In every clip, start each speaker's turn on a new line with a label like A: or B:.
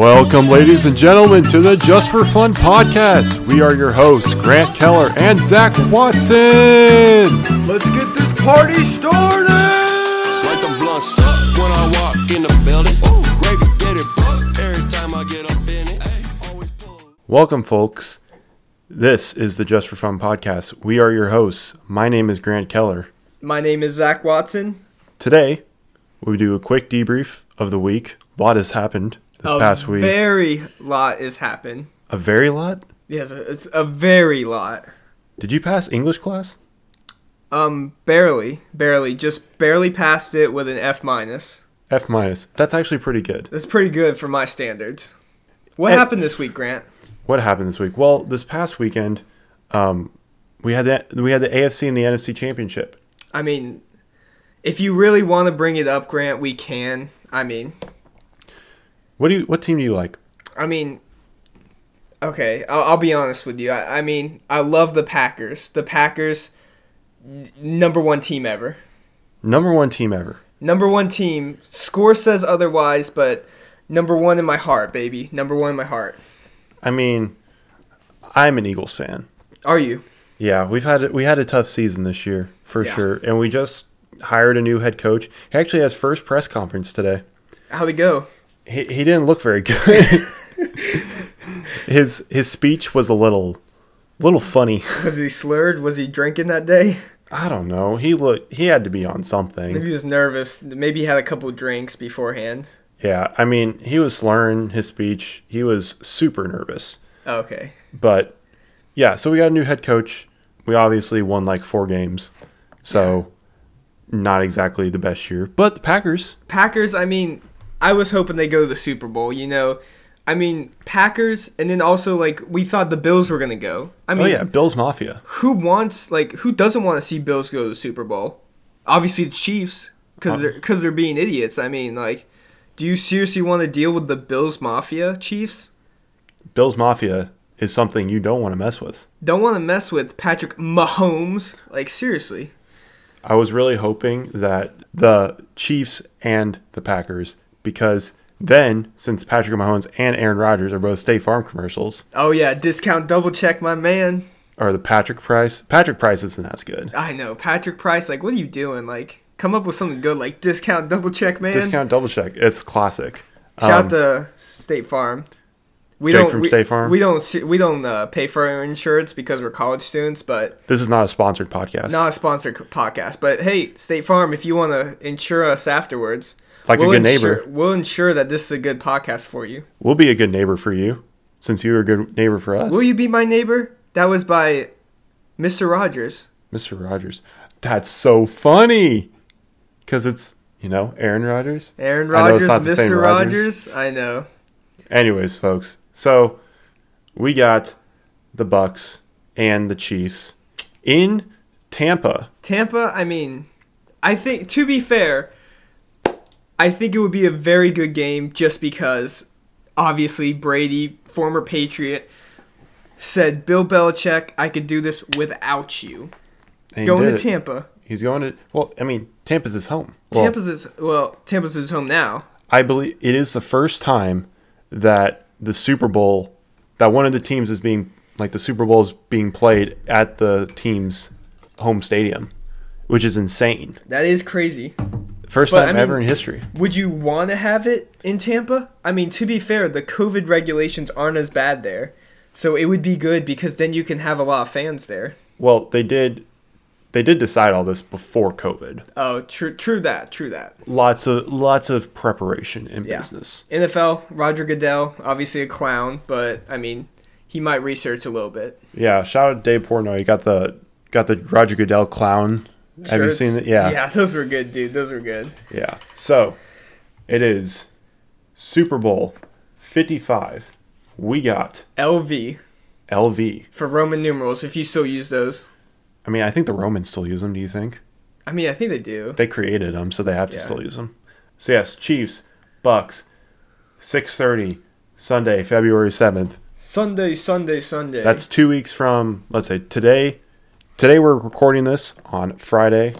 A: Welcome, ladies and gentlemen, to the Just for Fun podcast. We are your hosts, Grant Keller and Zach Watson.
B: Let's get this party started!
C: Light the blunts up when I walk in the building. Ooh, gravy, get it, but every time I get up in it, ay, always pull.
A: Welcome, folks. This is the Just for Fun podcast. We are your hosts. My name is Grant Keller.
B: My name is Zach Watson.
A: Today, we do a quick debrief of the week. A lot has happened this past week.
B: very lot has happened.
A: a very lot?
B: Yes, it's a very lot.
A: Did you pass English class?
B: Um, barely, barely, just barely passed it with an F minus.
A: F minus. That's actually pretty good.
B: That's pretty good for my standards. What
A: Hey.
B: happened this week, Grant?
A: what happened this week? Well, this past weekend, um, we had the we had the AFC and the NFC championship.
B: I mean, if you really want to bring it up, Grant, we can. I mean,
A: What do you what team do you like?
B: I mean, okay, I'll, I'll be honest with you. I, I mean, I love the Packers. The Packers, n- number one team ever.
A: Number one team ever.
B: Number one team. Score says otherwise, but number one in my heart, baby. Number one in my heart.
A: I mean, I'm an Eagles fan.
B: Are you?
A: Yeah, we've had we had a tough season this year for
B: Yeah.
A: sure, and we just hired a new head coach. He actually has first press conference today.
B: How'd it go?
A: He he didn't look very good. his his speech was a little little funny.
B: Was he slurred? Was he drinking that day?
A: I don't know. He looked he had to be on something.
B: Maybe he was nervous. Maybe he had a couple drinks beforehand.
A: Yeah, I mean, he was slurring his speech. He was super nervous.
B: Okay.
A: But yeah, so we got a new head coach. We obviously won like four games. So not exactly the best year. But the Packers,
B: Packers, I mean, I was hoping they go to the Super Bowl, you know. I mean, Packers, and then also, like, we thought the Bills were going to go. I mean,
A: oh yeah, Bills Mafia.
B: who wants, like, who doesn't want to see Bills go to the Super Bowl? Obviously, the Chiefs, because they're, cause they're being idiots. I mean, like, do you seriously want to deal with the Bills Mafia Chiefs?
A: Bills Mafia is something you don't want to mess with.
B: Don't want to mess with Patrick Mahomes. Like, seriously.
A: I was really hoping that the Chiefs and the Packers, because then since Patrick Mahomes and Aaron Rodgers are both State Farm commercials,
B: Oh, yeah, discount double check, my man.
A: or the Patrick Price, Patrick Price isn't as good.
B: I know, Patrick Price, like, what are you doing? Like, come up with something good, like, discount double check, man.
A: Discount double check. It's classic.
B: Shout
A: Um,
B: out to State Farm. We
A: Jake from
B: we,
A: State Farm?
B: We don't see- we don't uh, pay for our insurance because we're college students, but
A: This is not a sponsored podcast.
B: not a sponsored c- podcast. But hey, State Farm, if you want to insure us afterwards,
A: Like a good
B: insure-
A: neighbor.
B: we'll ensure that this is a good podcast for you.
A: We'll be a good neighbor for you, since you were a good neighbor for us,
B: Will you be my neighbor? That was by Mr. Rogers.
A: Mr. Rogers. That's so funny, because it's you know Aaron Rodgers.
B: Aaron
A: I know it's
B: Rodgers,
A: not the same
B: Mr.
A: Rodgers.
B: Rogers. I know.
A: Anyways, folks, so we got the Bucks and the Chiefs in Tampa.
B: Tampa, I mean, I think to be fair, I think it would be a very good game just because obviously Brady, former Patriot, said Bill Belichick, I could do this without you.
A: And he
B: Going to
A: did it.
B: Tampa.
A: He's going to. Well, I mean, Tampa's his home. Well,
B: Tampa's is well, Tampa's his home now.
A: I believe it is the first time that the Super Bowl that one of the teams is being like the Super Bowl is being played at the team's home stadium, which is insane.
B: That is crazy.
A: First
B: But,
A: time
B: I mean-
A: ever in history.
B: Would you want to have it in Tampa? I mean, to be fair, the COVID regulations aren't as bad there. So it would be good because then you can have a lot of fans there.
A: Well, they did they did decide all this before COVID.
B: Oh, true true that, true that.
A: Lots of lots of preparation in
B: Yeah.
A: business.
B: NFL, Roger Goodell, obviously a clown, but I mean, he might research a little bit.
A: Yeah, shout out to Dave Portnoy. You got the got the Roger Goodell clown. Have you
B: Shirts-
A: seen it? Yeah.
B: Yeah, those were good, dude. Those were good.
A: Yeah. So it is Super Bowl 55. We got
B: LV
A: LV.
B: for Roman numerals, if you still use those.
A: I mean, I think the Romans still use them, do you think?
B: I mean, I think they do.
A: They created them, so they have to
B: Yeah.
A: still use them. So yes, Chiefs, Bucks, 6:30 Sunday, February 7th.
B: Sunday, Sunday, Sunday.
A: That's 2 weeks from let's say today. Today we're recording this on Friday,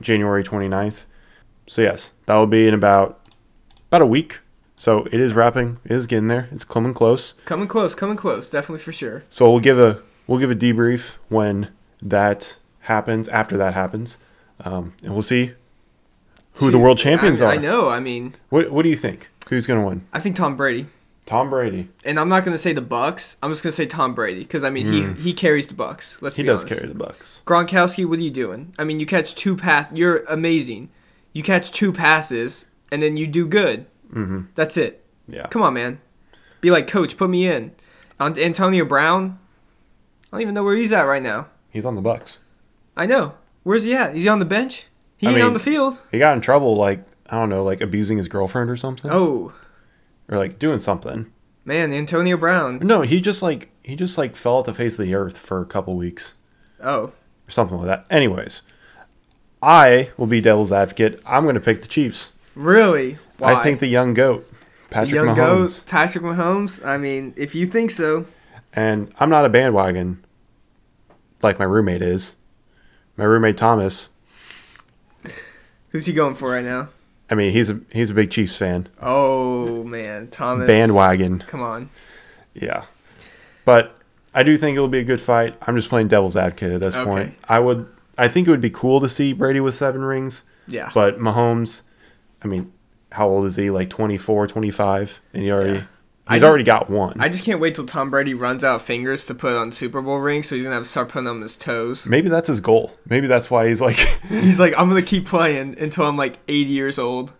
A: January 29th. So yes, that will be in about about a week. So it is wrapping. It is getting there. It's coming close.
B: Coming close, coming close, definitely for sure.
A: So we'll give a we'll give a debrief when that happens. After that happens, um, and we'll see who the
B: See,
A: world champions
B: I,
A: are.
B: I know. I mean,
A: What What do you think? Who's going to win?
B: I think Tom Brady.
A: Tom Brady.
B: And I'm not gonna say the Bucks. I'm just gonna say Tom Brady because I mean he he carries the Bucks. Let's
A: Mm. He
B: be
A: does
B: honest.
A: carry the Bucks.
B: Gronkowski, what are you doing? I mean, you catch two pass. You're amazing. You catch two passes and then you do good. Mm-hmm. That's it.
A: Yeah.
B: Come on, man. Be like, coach, put me in. Ant- Antonio Brown. I don't even know where he's at right now.
A: He's on the Bucks.
B: I know. Where's he at? Is he on the bench? He
A: I
B: ain't
A: mean-
B: on the field.
A: He got in trouble, like I don't know, like abusing his girlfriend or something,
B: Oh
A: or like doing something.
B: man, Antonio Brown.
A: No, he just like he just like fell off the face of the earth for a couple weeks
B: Oh,
A: or something like that. Anyways, I will be devil's advocate. I'm going to pick the Chiefs.
B: really? Why?
A: I think the young goat, Patrick
B: Young
A: Mahomes,
B: goat, Patrick Mahomes. I mean, if you think so,
A: and I'm not a bandwagon like my roommate is. My roommate Thomas.
B: who's he going for right now?
A: I mean, he's a he's a big Chiefs fan.
B: Oh man, Thomas.
A: Bandwagon,
B: Come on.
A: yeah. But I do think it'll be a good fight. I'm just playing devil's advocate at this
B: Okay.
A: point. I would. I think it would be cool to see Brady with seven rings.
B: Yeah.
A: But Mahomes, I mean, how old is he? Like 24, 25? And he already, he's
B: I just-
A: already got one.
B: I just can't wait till Tom Brady runs out of fingers to put on Super Bowl rings, so he's gonna have to start putting them on his toes.
A: Maybe that's his goal. Maybe that's why he's like,
B: He's like, I'm gonna keep playing until I'm like 80 years old,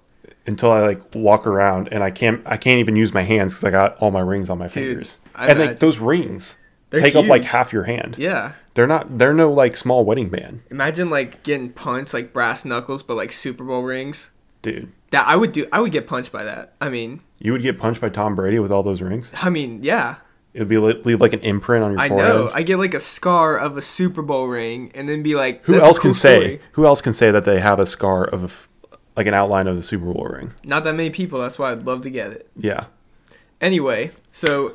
A: until I like walk around and I can't, I can't even use my hands because I got all my rings on my fingers.
B: I
A: and like
B: imagine.
A: those rings
B: They're
A: take up like
B: huge.
A: half your hand.
B: Yeah.
A: They're not, they're no like small wedding band,
B: Imagine like getting punched like brass knuckles, but like Super Bowl rings.
A: dude.
B: That I would do. I would get punched by that. I mean,
A: You would get punched by Tom Brady with all those rings.
B: I mean, yeah.
A: It would be li- leave like an imprint on your
B: I
A: forehead.
B: know. I get like a scar of a Super Bowl ring, and then be like,
A: Who
B: "That's a
A: else can
B: cool
A: say?
B: story."
A: Who else can say that they have a scar of, like an outline of the Super Bowl ring?
B: Not that many people. That's why I'd love to get it.
A: Yeah.
B: Anyway, so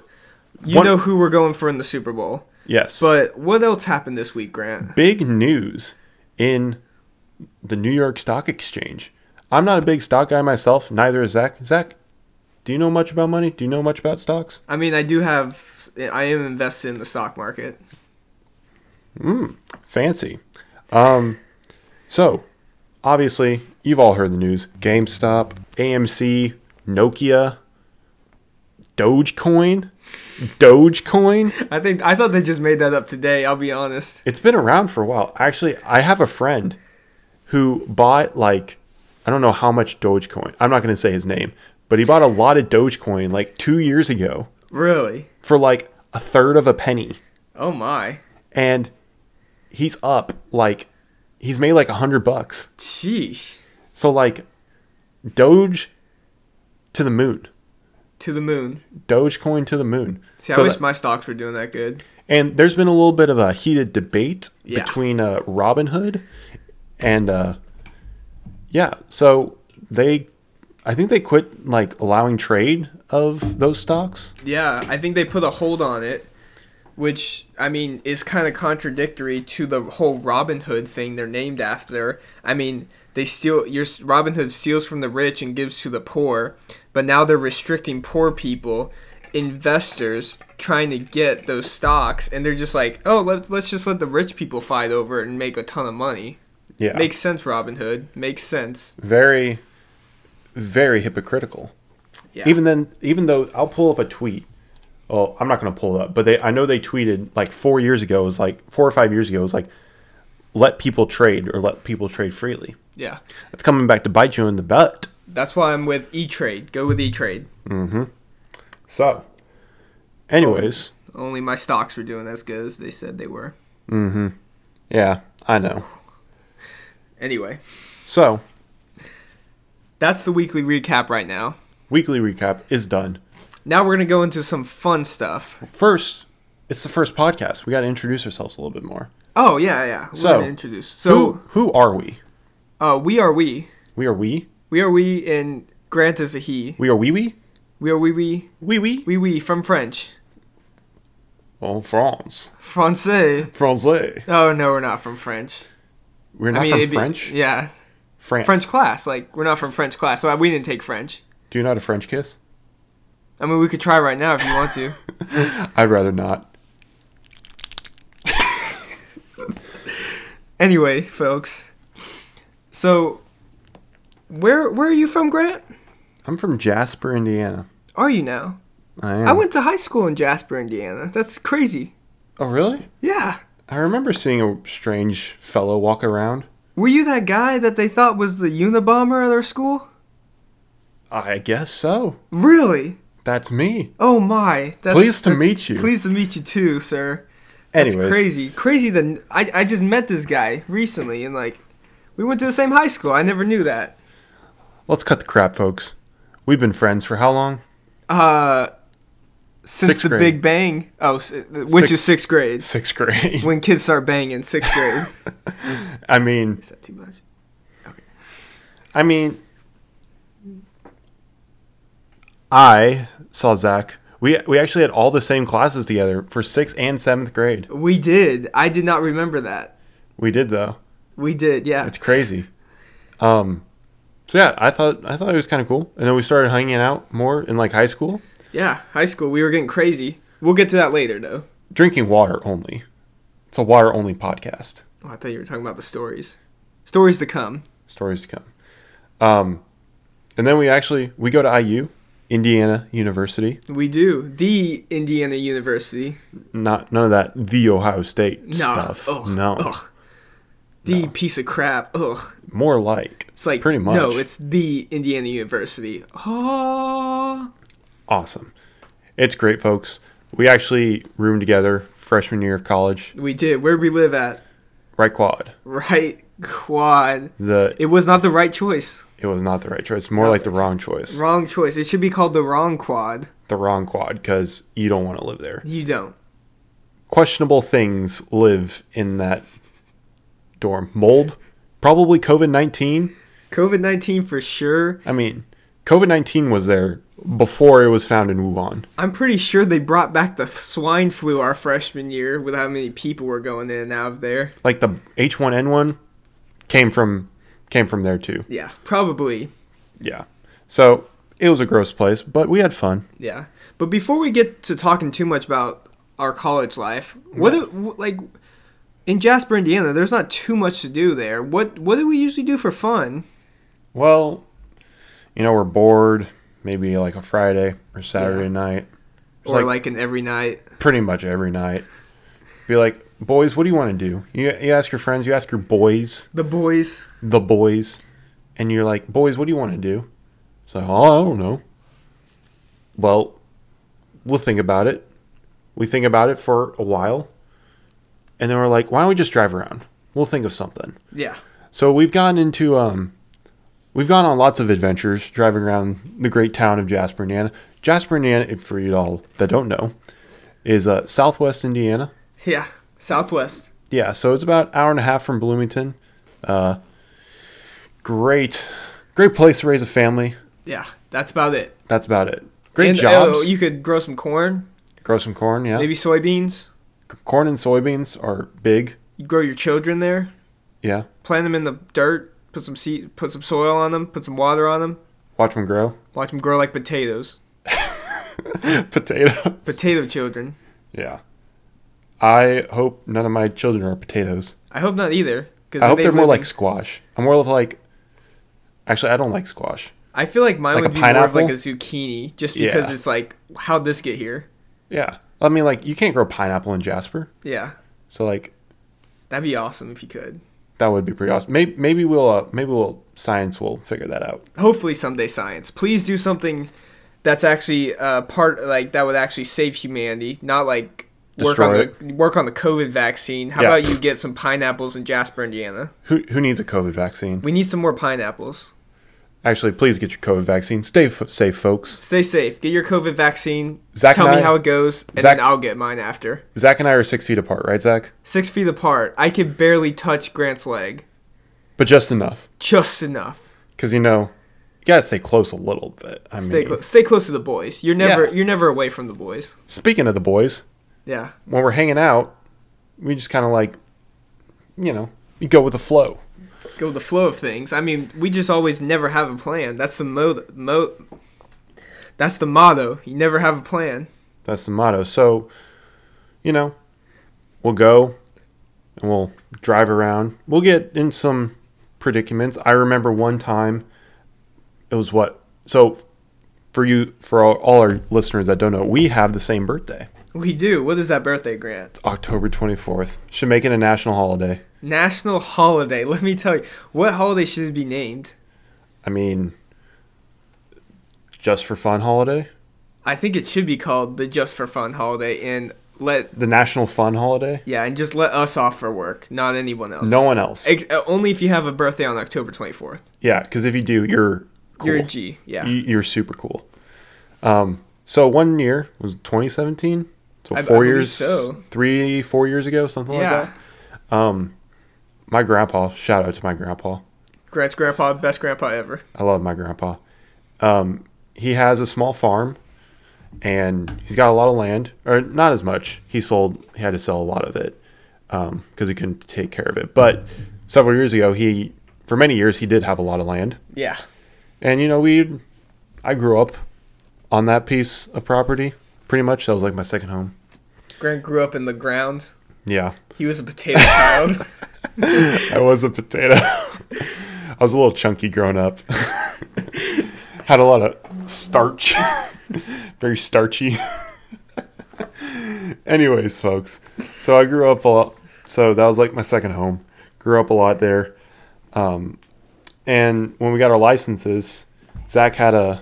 B: you
A: One-
B: know who we're going for in the Super Bowl.
A: Yes.
B: But what else happened this week, Grant?
A: big news in the New York Stock Exchange. I'm not a big stock guy myself. Neither is Zach. Zach, do you know much about money? Do you know much about stocks?
B: I mean, I do have. I am invested in the stock market.
A: Fancy. Um, so obviously you've all heard the news: GameStop, AMC, Nokia, Dogecoin, Dogecoin.
B: I think I thought they just made that up today. I'll be honest.
A: It's been around for a while. Actually, I have a friend who bought like I don't know how much Dogecoin. I'm not going to say his name, but he bought a lot of Dogecoin like 2 years ago
B: Really?
A: for like a third of a penny
B: Oh my.
A: and he's up like he's made like a 100 bucks.
B: Sheesh.
A: So like Doge to the moon.
B: To the moon.
A: Dogecoin to the moon.
B: See,
A: So
B: I wish
A: that-
B: my stocks were doing that good.
A: And there's been a little bit of a heated debate
B: Yeah.
A: between uh, Robin Hood and uh, yeah, so they, I think they quit like allowing trade of those stocks.
B: Yeah, I think they put a hold on it, which I mean is kind of contradictory to the whole Robin Hood thing they're named after. I mean, they steal your Robin Hood steals from the rich and gives to the poor, but now they're restricting poor people, investors trying to get those stocks and they're just like, "Oh, let's let's just let the rich people fight over it and make a ton of money."
A: Yeah,
B: Makes sense, Robin Hood. Makes sense.
A: very, very hypocritical.
B: Yeah.
A: Even then, even though I'll pull up a tweet. Well, I'm not going to pull it up, but they I know they tweeted like four years ago. It was like four or five years ago. It was like let people trade or let people trade freely.
B: yeah.
A: It's coming back to bite you in the butt.
B: That's why I'm with E-Trade. Go with E-Trade.
A: So, anyways,
B: Only my stocks were doing as good as they said they were.
A: yeah, I know.
B: Anyway,
A: So,
B: that's the weekly recap right now.
A: weekly recap is done.
B: Now we're going to go into some fun stuff.
A: First, it's the first podcast. We got to introduce ourselves a little bit more.
B: Oh, yeah, yeah. We're
A: So,
B: going to introduce. So,
A: who who are we?
B: uh, we are we.
A: We are we.
B: We are we, and Grant is a he.
A: We are wee wee.
B: We are we, we,
A: Wee wee.
B: we, we, from French.
A: En France.
B: Francais.
A: Francais.
B: Oh, no, we're not from French.
A: We're not
B: it'd
A: from
B: be-
A: French.
B: Yeah.
A: France.
B: French class. Like, we're not from French class, so we didn't take French.
A: Do you know how to French kiss?
B: I mean, we could try right now if you want to.
A: I'd rather not.
B: anyway, folks. So, where where are you from, Grant?
A: I'm from Jasper, Indiana.
B: Are you now?
A: I am.
B: I went to high school in Jasper, Indiana. That's crazy.
A: Oh, really?
B: Yeah.
A: I remember seeing a strange fellow walk around.
B: Were you that guy that they thought was the Unabomber at our school?
A: I guess so.
B: Really?
A: That's me.
B: Oh my! That's,
A: Pleased to
B: that's-
A: meet you.
B: Pleased to meet you too, sir. That's
A: Anyways,
B: crazy, crazy. That I I just met this guy recently, and like, we went to the same high school. I never knew that.
A: let's cut the crap, folks. We've been friends for how long?
B: Uh, since
A: Sixth
B: the
A: grade.
B: Big Bang. Oh, s- which is
A: Sixth-
B: sixth grade.
A: Sixth grade.
B: When kids start banging, sixth grade.
A: I mean,
B: is that too much?
A: I mean, I saw Zach. We we actually had all the same classes together for sixth and seventh grade.
B: We did. I did not remember that.
A: We did though.
B: We did. Yeah.
A: It's crazy. Um, so yeah, I thought I thought it was kind of cool, and then we started hanging out more in like high school,
B: yeah. High school. We were getting crazy. We'll get to that later, though.
A: drinking water only. It's a water only podcast.
B: Oh, I thought you were talking about the stories. Stories to come.
A: Stories to come. Um, and then we actually we go to IU, Indiana University.
B: We do. The Indiana University.
A: Not none of that the Ohio State
B: No.
A: stuff.
B: Ugh,
A: no,
B: Ugh. The piece of crap. Ugh.
A: more like
B: It's like
A: pretty much.
B: No, it's the Indiana University. Oh.
A: awesome. It's great, folks. We actually roomed together freshman year of college.
B: We did. Where'd we live at?
A: Right quad.
B: Right quad.
A: The
B: It was not the right choice.
A: It was not the right choice. More
B: No,
A: like the
B: it's-
A: wrong choice.
B: Wrong choice. It should be called the wrong quad.
A: The wrong quad because you don't want to live there.
B: You don't.
A: Questionable things live in that dorm. Mold, probably COVID 19.
B: COVID 19 for sure.
A: I mean, COVID 19 was there before it was found in Wuhan.
B: I'm pretty sure they brought back the swine flu our freshman year with how many people were going in and out of there.
A: Like the H1N1 came from came from there too.
B: Yeah, probably.
A: Yeah. So, it was a gross place, but we had fun.
B: Yeah. But before we get to talking too much about our college life, what do, w- like in Jasper, Indiana, there's not too much to do there. What what do we usually do for fun?
A: Well, you know, we're bored, maybe like a Friday or Saturday night. It's
B: or like,
A: like-
B: an every night.
A: pretty much every night. Be like, boys, what do you want to do? You, you ask your friends, you ask your boys,
B: The boys.
A: the boys, and you're like, boys, what do you want to do? It's like, oh, I don't know. Well, we'll think about it. We think about it for a while, and then we're like, why don't we just drive around? We'll think of something.
B: Yeah.
A: So we've gone into um, we've gone on lots of adventures driving around the great town of Jasper, Indiana. Jasper, Indiana, if for you all that don't know, is uh, Southwest Indiana.
B: Yeah. Southwest.
A: Yeah, so it's about hour and a half from Bloomington. Uh, great, great place to raise a family.
B: Yeah. That's about it.
A: That's about it. Great
B: And, oh,
A: jobs.
B: you could grow some corn,
A: Grow some corn. Yeah,
B: maybe soybeans.
A: corn and soybeans are big.
B: You grow your children there.
A: Yeah,
B: Plant them in the dirt. Put some seed. Put some soil on them. Put some water on them.
A: watch them grow.
B: Watch them grow like potatoes.
A: Potatoes.
B: Potato children.
A: yeah. I hope none of my children are potatoes.
B: I hope not either. 'cause
A: I hope
B: they
A: they're more
B: live
A: like
B: in-
A: squash. I'm more of like. Actually, I don't like squash.
B: I feel like mine
A: Like
B: would
A: a
B: be more of like a
A: pineapple?
B: zucchini, just because
A: Yeah.
B: it's like, how'd this get here?
A: Yeah, I mean, like you can't grow pineapple in Jasper,
B: Yeah,
A: so like
B: that'd be awesome if you could.
A: that would be pretty awesome. Maybe maybe we'll uh, maybe we'll science will figure that out.
B: Hopefully someday, science. Please do something that's actually uh, part like that would actually save humanity, not like work
A: Destroy
B: on the work on the COVID vaccine. How
A: Yeah.
B: about you get some pineapples in Jasper, Indiana?
A: Who who needs a COVID vaccine?
B: We need some more pineapples.
A: Actually, please get your COVID vaccine. Stay f- safe, folks.
B: Stay safe. Get your COVID vaccine.
A: Zach
B: Tell
A: and
B: me
A: I-
B: how it goes, and
A: Zach-
B: then I'll get mine after.
A: Zach and I are six feet apart, right, Zach?
B: Six feet apart. I could barely touch Grant's leg,
A: But just enough,
B: just enough.
A: because you know you gotta stay close a little bit. I
B: Stay
A: mean,
B: close. Stay close to the boys. You're never
A: Yeah.
B: you're never away from the boys.
A: speaking of the boys,
B: Yeah.
A: when we're hanging out, we just kind of like, you know, you go with the flow.
B: Go with the flow of things. I mean, we just always never have a plan. That's the mo mo That's the motto. You never have a plan.
A: That's the motto. So, you know, we'll go and we'll drive around. We'll get in some predicaments. I remember one time it was what? So, for you, for all, all our listeners that don't know, we have the same birthday.
B: We do. What is that birthday, Grant?
A: October 24th. Should make it a national holiday.
B: National holiday. Let me tell you, what holiday should it be named?
A: I mean, just for fun holiday?
B: I think it should be called the Just for Fun holiday, and let
A: The national fun holiday?
B: yeah, and just let us off for work, not anyone else.
A: No one else.
B: Ex- uh, only if you have a birthday on October twenty fourth.
A: Yeah, because if you do, you're cool.
B: You're a G. Yeah.
A: You- You're super cool. Um, so one year was 2017. So
B: I- I
A: four
B: believe
A: years,
B: so.
A: three, four years ago, something like
B: yeah.
A: that. My grandpa, shout out to my grandpa.
B: Grant's grandpa, best grandpa ever.
A: I love my grandpa. Um, he has a small farm, and he's got a lot of land, or not as much. He sold. He had to sell a lot of it because he couldn't take care of it. But several years ago, he, for many years, he did have a lot of land.
B: Yeah.
A: And you know, we I grew up on that piece of property. Pretty much that was like my second home.
B: Grant grew up in the ground.
A: Yeah.
B: He was a potato child.
A: I was a potato. I was a little chunky growing up. Had a lot of starch. Very starchy. Anyways, folks. So I grew up a lot. So that was like my second home. Grew up a lot there. Um, and when we got our licenses, Zach had a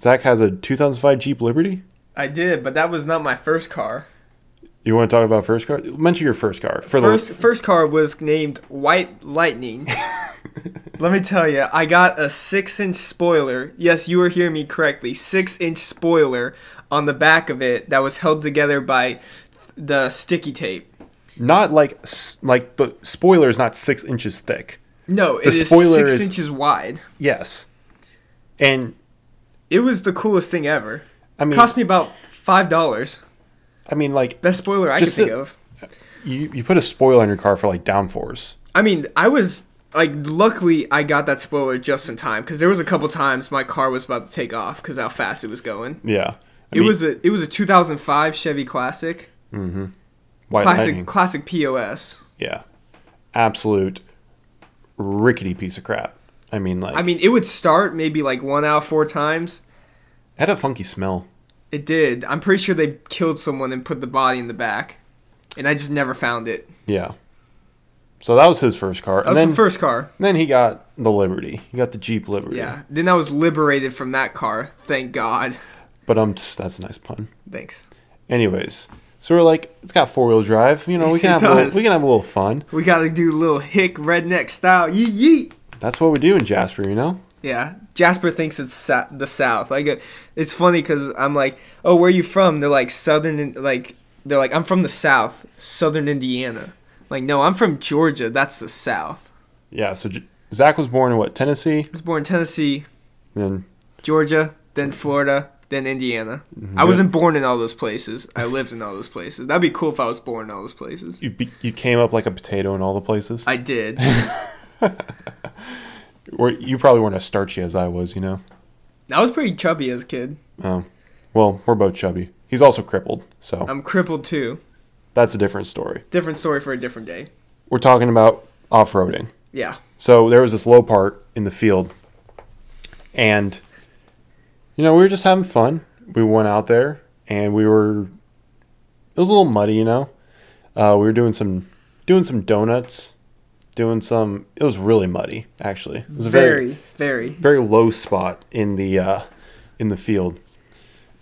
A: Zach has a 2005 Jeep Liberty.
B: I did, but that was not my first car.
A: You want to talk about first car? Mention your first car for
B: First, first car was named White Lightning. Let me tell you, I got a six-inch spoiler. Yes, you were hearing me correctly. Six-inch spoiler on the back of it that was held together by the sticky tape.
A: the not like s- like the spoiler is not six inches thick.
B: No, it is
A: spoiler
B: six
A: is-
B: inches wide.
A: Yes, and
B: It was the coolest thing ever.
A: I mean,
B: cost me about five dollars.
A: I mean, like
B: Best spoiler I
A: Just
B: could think
A: the-
B: of.
A: you, you put a spoiler on your car for like downforce.
B: I mean, I was like, luckily I got that spoiler just in time because there was a couple times my car was about to take off because how fast it was going.
A: Yeah, I
B: It
A: mean,
B: was a it was a 2005 Chevy Classic,
A: white
B: classic
A: lightning.
B: classic POS.
A: yeah, absolute rickety piece of crap. I mean, like
B: I mean, it would start maybe like one out four times.
A: had a funky smell.
B: It did. I'm pretty sure they killed someone and put the body in the back, and I just never found it.
A: Yeah, so that was his first car, and
B: That was
A: then
B: the first car.
A: then he got the Liberty. He got the Jeep Liberty.
B: Yeah. Then I was liberated from that car. Thank God.
A: but um, that's a nice pun.
B: Thanks.
A: Anyways, so we're like, it's got four wheel drive. You know, we
B: Yes,
A: can
B: it
A: have a
B: does.
A: little, we can have a little fun.
B: We gotta do a little hick redneck style. Yeet yeet.
A: That's what we do in Jasper. You know,
B: Yeah, Jasper thinks it's sa- the South. Like, it- it's funny because I'm like, "Oh, where are you from?" They're like Southern, In- like they're like, "I'm from the South, Southern Indiana." I'm like, no, I'm from Georgia. That's the South.
A: yeah. So J- Zach was born in what Tennessee,
B: I was born in Tennessee,
A: then
B: Georgia, then Florida, then Indiana. I wasn't born in all those places. I lived in all those places. That'd be cool if I was born in all those places.
A: you be, you came up like a potato in all the places.
B: I did.
A: or you probably weren't as starchy as I was. You know.
B: I was pretty chubby as a kid.
A: Um, well, we're both chubby. He's also crippled, so
B: I'm crippled too.
A: that's a different story.
B: Different story for a different day.
A: We're talking about off roading.
B: Yeah.
A: So there was this low part in the field, and you know we were just having fun. We went out there and we were. It was a little muddy, you know. Uh, we were doing some doing some donuts, doing some. It was really muddy, actually. It was a very
B: Very, very.
A: very low spot in the uh, in the field,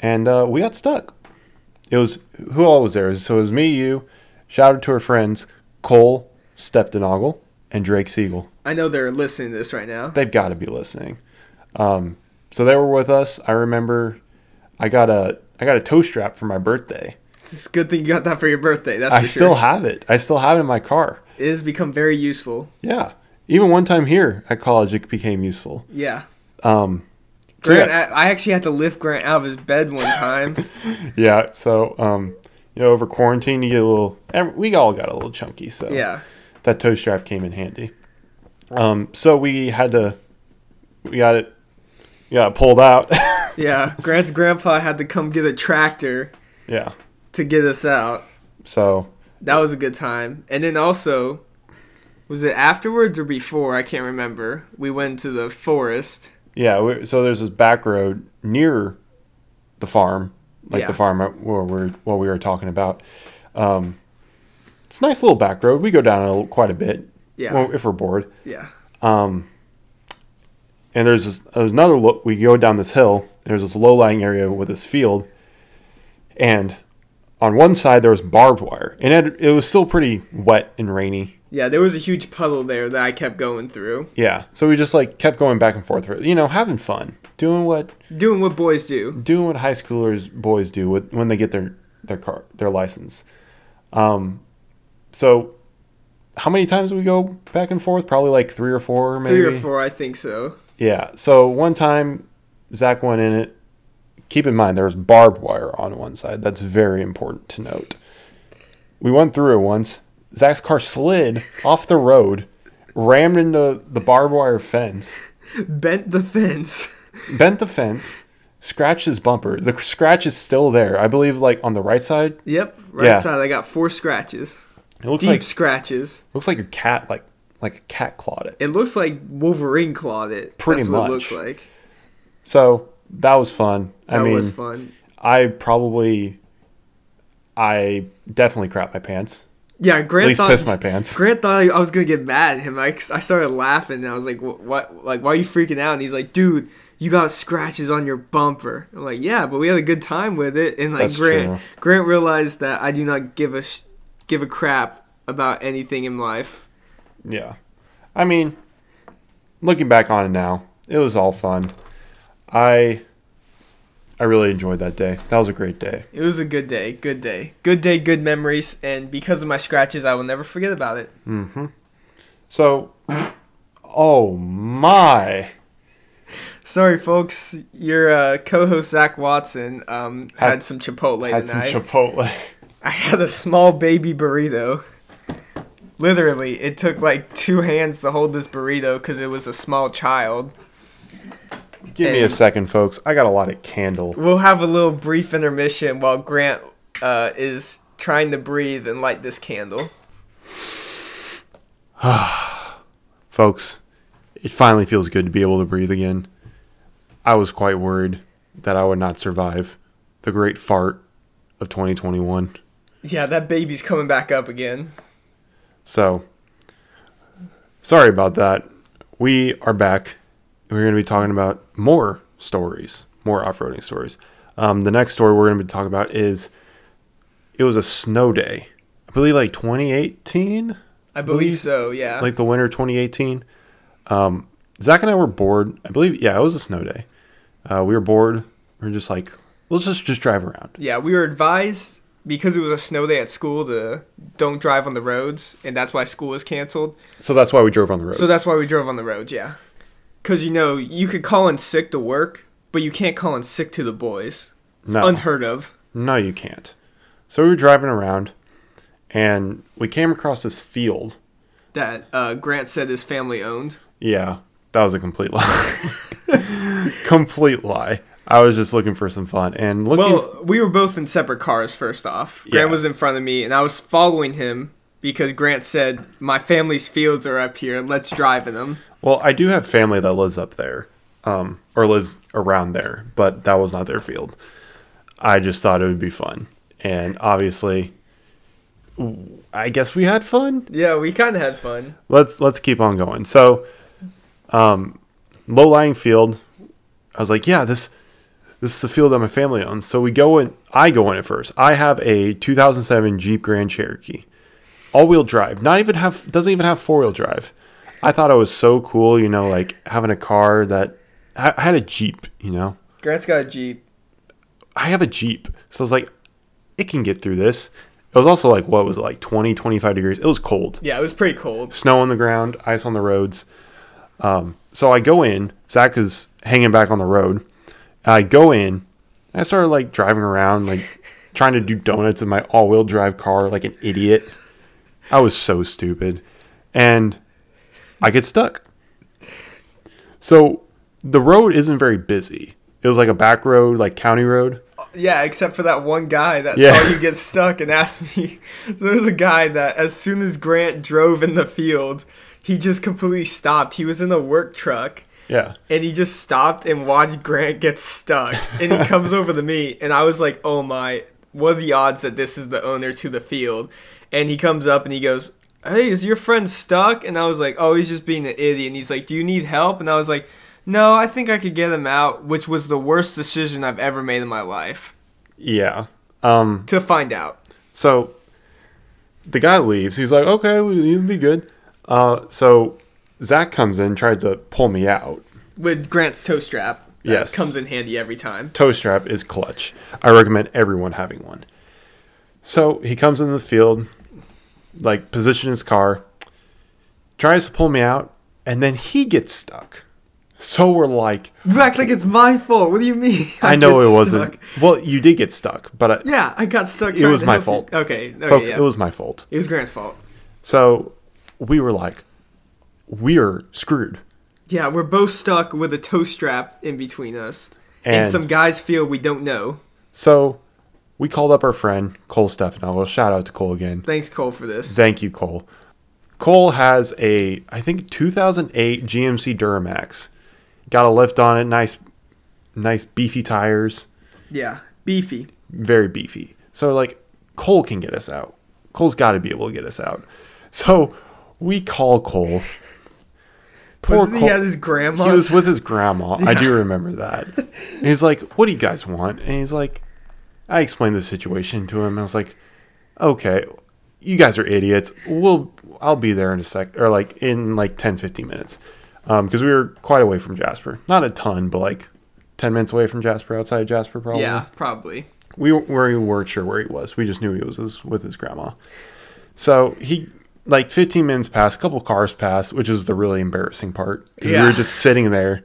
A: and uh, we got stuck. It was who all was there? So it was me, you. Shout out to our friends Cole Steptenogle and Drake Siegel
B: I know they're listening to this right now.
A: they've got to be listening. Um, so they were with us. I remember I got a I got a toe strap for my birthday.
B: It's a good thing you got that for your birthday. That's
A: I
B: for
A: still
B: sure.
A: have it. I still have it in my car.
B: it has become very useful.
A: Yeah. Even one time here at college, it became useful.
B: Yeah.
A: Um, so
B: Grant,
A: yeah,
B: I, I actually had to lift Grant out of his bed one time.
A: yeah. So um, you know, over quarantine, you get a little. ev- We all got a little chunky. So
B: yeah.
A: that toe strap came in handy. Um, so we had to, we got it Yeah, it pulled out.
B: Yeah, Grant's grandpa had to come get a tractor
A: yeah.
B: to get us out.
A: So
B: That was a good time. And then also, was it afterwards or before? I can't remember. We went to the forest.
A: yeah, we, so there's this back road near the farm, like
B: Yeah.
A: the farm where we're what we were talking about. Um, it's a nice little back road. We go down it a- quite a bit.
B: Yeah.
A: Well, if we're bored.
B: Yeah.
A: and there's this, there's another look we go down this hill and there's this low lying area with this field and on one side there was barbed wire and it, it was still pretty wet and rainy
B: Yeah, there was a huge puddle there that I kept going through.
A: yeah so we just like kept going back and forth you know having fun doing what
B: Doing what boys do.
A: doing what high schoolers boys do with, when they get their their car their license um so how many times did we go back and forth probably like three or four maybe
B: Three or four, I think so.
A: Yeah. So one time, Zach went in it. Keep in mind, there was barbed wire on one side. That's very important to note. We went through it once. Zach's car slid off the road, rammed into the barbed wire fence,
B: Bent the fence.
A: bent the fence, scratched his bumper. The scratch is still there. I believe, like on the right side.
B: yep, right
A: Yeah.
B: side. I got four scratches.
A: It looks
B: Deep
A: like
B: scratches.
A: looks like a cat, like like a cat clawed it.
B: It looks like Wolverine clawed it.
A: Pretty
B: That's what
A: much.
B: it looks like.
A: So that was fun. I
B: That
A: mean,
B: was fun.
A: I probably, I definitely crap my pants.
B: Yeah, Grant
A: At least
B: thought
A: piss my pants.
B: Grant thought I was gonna get mad at him. I, I started laughing and I was like, "What? what like, why are you freaking out?" And he's like, "Dude, you got scratches on your bumper." I'm like, "Yeah, but we had a good time with it." And like
A: That's
B: Grant,
A: true.
B: Grant realized that I do not give a sh- give a crap about anything in life.
A: Yeah. I mean, looking back on it now, it was all fun. I I really enjoyed that day. That was a great day.
B: It was a good day, good day, good day, good memories. And because of my scratches, I will never forget about it.
A: So, oh my.
B: Sorry, folks. Your uh, co-host Zach Watson um, had,
A: Had-
B: some Chipotle
A: Had some
B: tonight.
A: Chipotle.
B: I had a small baby burrito. Literally, it took like two hands to hold this burrito because it was a small child.
A: Give me a second, folks. I got a lot of candle.
B: We'll have a little brief intermission while Grant uh, is trying to breathe and light this candle.
A: Folks, it finally feels good to be able to breathe again. I was quite worried that I would not survive the great fart of 2021.
B: Yeah, that baby's coming back up again.
A: So, sorry about that. We are back. We're going to be talking about more stories, more off roading stories. Um, the next story we're going to be talking about is it was a snow day. I believe like 2018,
B: I believe
A: Believe-
B: so, yeah.
A: like the winter 2018. Um, Zach and I were bored. I believe, yeah, it was a snow day. Uh, we were bored. We were just like, let's just, just drive around.
B: yeah, we were advised because it was a snow day at school to don't drive on the roads, and that's why school was canceled.
A: So that's why we drove on the road.
B: So that's why we drove on the roads, yeah. Because, you know, you could call in sick to work, but you can't call in sick to the boys. It's
A: No.
B: unheard of.
A: No, you can't. So we were driving around and we came across this field.
B: That uh, Grant said his family owned.
A: Yeah, that was a complete lie. complete lie. I was just looking for some fun and looking.
B: Well, we were both in separate cars, first off. Grant
A: Yeah.
B: was in front of me, and I was following him because Grant said, My family's fields are up here. Let's drive in them.
A: well, I do have family that lives up there, um, or lives around there, but that was not their field. I just thought it would be fun, and obviously, w- I guess we had fun.
B: Yeah, we kind of had fun.
A: let's let's keep on going. So, um, low lying field. I was like, yeah, this this is the field that my family owns. So we go in. I go in at first. I have a 2007 Jeep Grand Cherokee, all wheel drive. Not even have doesn't even have four wheel drive. I thought I was so cool, you know, like having a car that I, I had a Jeep, you know.
B: Grant's got a Jeep.
A: I have a Jeep. So I was like, it can get through this. It was also like, what was it, like 20, 25 degrees? It was cold
B: Yeah, it was pretty cold.
A: snow on the ground, ice on the roads. Um, so I go in. Zach is hanging back on the road. I go in. I started like driving around, like trying to do donuts in my all-wheel drive car, like an idiot. I was so stupid, and I get stuck. So the road isn't very busy. It was like a back road, like county road.
B: Yeah, except for that one guy that
A: Yeah.
B: saw you get stuck and asked me. There was a guy that, as soon as Grant drove in the field, he just completely stopped. He was in a work truck
A: Yeah.
B: and he just stopped and watched Grant get stuck. And he comes over to me, and I was like, oh my, what are the odds that this is the owner to the field? And he comes up and he goes, hey, is your friend stuck? And I was like, oh, he's just being an idiot. And he's like, do you need help? And I was like, no, I think I could get him out, which was the worst decision I've ever made in my life.
A: Yeah. Um,
B: To find out.
A: so the guy leaves. He's like, okay, well, you'll be good. Uh, so Zach comes in, tries to pull me out.
B: With Grant's toe strap. that
A: Yes.
B: Comes in handy every time.
A: toe strap is clutch. I recommend everyone having one. So he comes in the field, like position his car, tries to pull me out, and then he gets stuck. So we're like,
B: You act like it's my fault. What do you mean?
A: I, know
B: get
A: it
B: stuck?
A: wasn't. Well, you did get stuck, but I,
B: Yeah, I got stuck.
A: It
B: trying
A: was
B: to
A: my
B: help you.
A: fault.
B: Okay, okay
A: folks,
B: yeah.
A: it was my fault.
B: It was Grant's fault.
A: So we were like, we're screwed.
B: Yeah, we're both stuck with a toe strap in between us. And,
A: And-
B: some guys feel we don't know.
A: So we called up our friend Cole Stefano. Shout out to Cole again.
B: Thanks, Cole, for this.
A: Thank you, Cole. Cole has a, I think, 2008 GMC Duramax. Got a lift on it. Nice, nice beefy tires.
B: yeah, beefy.
A: Very beefy. So like, Cole can get us out. Cole's got to be able to get us out. So we call Cole. Poor
B: Wasn't he at his grandma's?
A: He was with his grandma. I do remember that. And he's like, "What do you guys want?" And he's like, "I explained the situation to him." And I was like, "Okay, you guys are idiots. We'll I'll be there in a sec or like in like 10 15 minutes." Um cuz we were quite away from Jasper. Not a ton, but like 10 minutes away from Jasper outside of Jasper probably.
B: yeah, probably.
A: We, we weren't sure where he was. We just knew he was his, with his grandma. So he, like 15 minutes passed, a couple cars passed, which is the really embarrassing part. 'cause We
B: Yeah.
A: were just sitting there.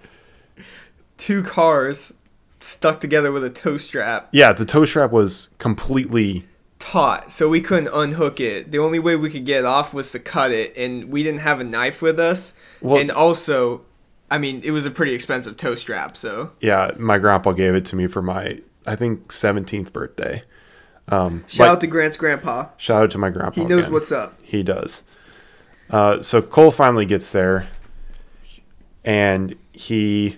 B: Two cars stuck together with a toe strap,
A: Yeah, the tow strap was completely.
B: taut, so we couldn't unhook it. The only way we could get off was to cut it, and we didn't have a knife with us.
A: Well-
B: and also, I mean, it was a pretty expensive toe strap, so
A: Yeah, my grandpa gave it to me for my, I think, 17th birthday.
B: shout
A: Like-
B: out to Grant's grandpa.
A: Shout out to my grandpa.
B: He knows
A: again.
B: what's up.
A: He does. Uh, so Cole finally gets there, and he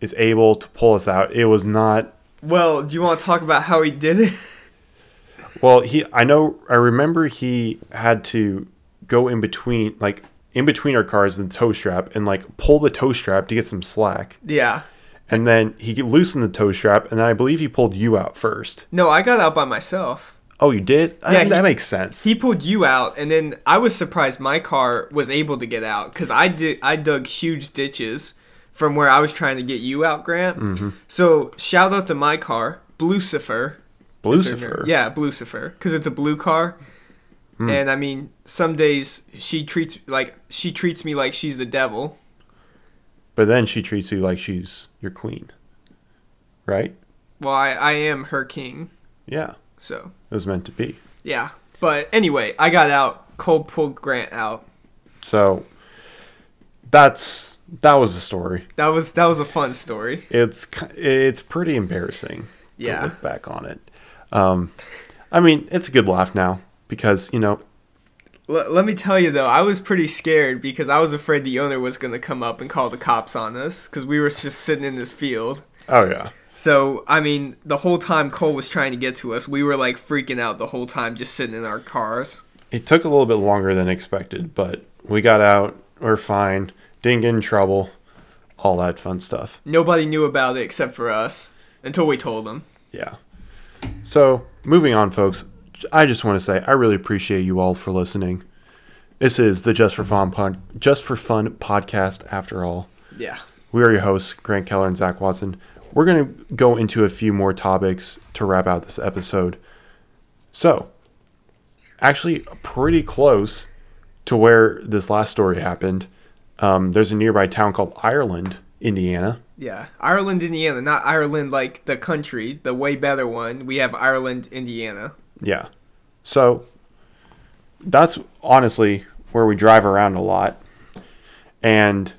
A: is able to pull us out. It was not
B: Well, do you want to talk about how he did it?
A: Well, he I know I remember he had to go in between like in between our cars and the tow strap and like pull the tow strap to get some slack.
B: yeah.
A: And then he loosened the tow strap and then I believe he pulled you out first.
B: No, I got out by myself.
A: Oh, you did?
B: Yeah,
A: Yeah, that
B: he-
A: makes sense.
B: He pulled you out, and then I was surprised my car was able to get out because I did. I dug huge ditches from where I was trying to get you out, Grant.
A: Mm-hmm.
B: So shout out to my car, Blucifer.
A: Lucifer.
B: Yeah, Blucifer, because it's a blue car. And I mean, some days she treats like she treats me like she's the devil.
A: But then she treats you like she's your queen. Right?
B: Well, I, I am her king,
A: Yeah.
B: so
A: It was meant to be.
B: yeah. But anyway, I got out. Cole pulled Grant out.
A: So that's that was the story.
B: That was that was a fun story.
A: it's ki- it's pretty embarrassing
B: Yeah.
A: to look back on it um i mean it's a good laugh now because you know
B: L- let me tell you though, I was pretty scared because I was afraid the owner was going to come up and call the cops on us because we were just sitting in this field.
A: oh yeah
B: So, I mean, the whole time Cole was trying to get to us, we were like freaking out the whole time just sitting in our cars.
A: it took a little bit longer than expected but we got out we're fine didn't get in trouble all that fun stuff
B: Nobody knew about it except for us until we told them.
A: yeah so moving on folks i just want to say i really appreciate you all for listening this is the just for fun pod just for fun podcast after all
B: Yeah.
A: We are your hosts, Grant Keller and Zach Watson. We're going to go into a few more topics to wrap out this episode. So, actually, pretty close to where this last story happened. Um, there's a nearby town called Ireland, Indiana.
B: Yeah. Ireland, Indiana, not Ireland like the country, the way better one. We have Ireland, Indiana.
A: Yeah. So, that's honestly where we drive around a lot. And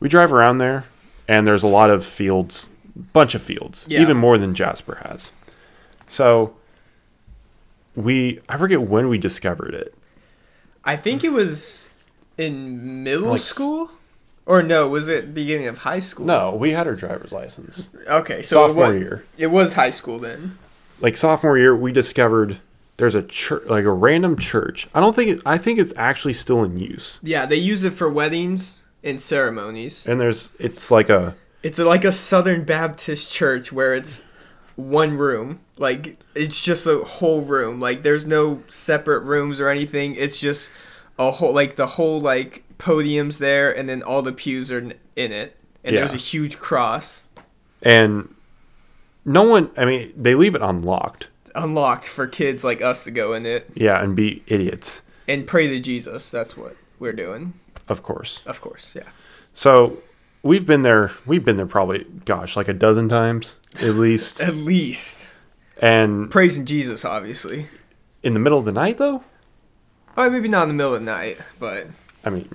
A: we drive around there, and there's a lot of fields, bunch of fields,
B: Yeah.
A: even more than Jasper has. So we, I forget when we discovered it.
B: I think it was in middle
A: Like s-
B: school, or no, was it beginning of high school?
A: No, we had our driver's license
B: Okay, so
A: sophomore
B: it was,
A: year.
B: It was high school then.
A: Like sophomore year, we discovered there's a church, like a random church. I don't think it, I think it's actually still in use.
B: Yeah, they use it for weddings and ceremonies.
A: And there's it's like a
B: It's like a Southern Baptist church where it's one room. Like it's just a whole room. Like there's no separate rooms or anything. It's just a whole like the whole like podiums there and then all the pews are n- in it. And there's a
A: Yeah.
B: huge cross
A: and no one. I mean, they leave it unlocked.
B: unlocked for kids like us to go in it
A: Yeah, and be idiots,
B: and pray to Jesus. That's what we're doing.
A: of course.
B: Of course, yeah.
A: So we've been there. We've been there probably, gosh, like a dozen times at least.
B: At least
A: and
B: praising Jesus obviously.
A: in the middle of the night, though,
B: All right, maybe not in the middle of the night, but
A: I mean,